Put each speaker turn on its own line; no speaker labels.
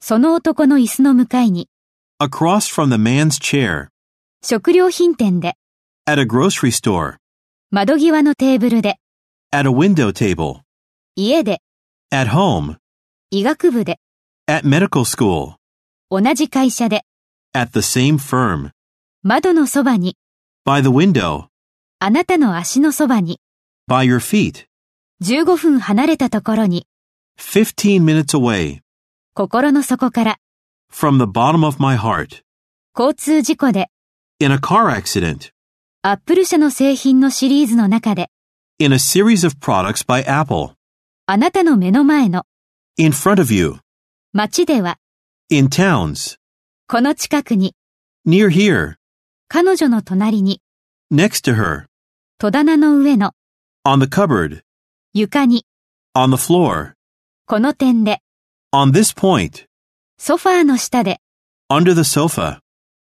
その男の椅子の向かいに、
Across from the man's chair.
食料品店で、
At a grocery store.
窓際のテーブルで、
At a window table.
家で、
At home.
医学部で、
At medical school.
同じ会社で、
At the same firm.
窓のそばに、
By the window.
あなたの足のそばに、
By your feet.
15分離れたところに、
Fifteen minutes away.
心の底から、
From the bottom of my heart.
交通事故で、
In a car accident.
アップル社の製品のシリーズの中で、
In a series of products by Apple.
あなたの目の前の、
In front of you.
街では、
In towns.
この近くに、
Near here.
彼女の隣に、
Next to her.
戸棚の上の、
On the cupboard.
床に、
On the floor.
この点で、
On this point.
ソファーの下で、
Under the sofa.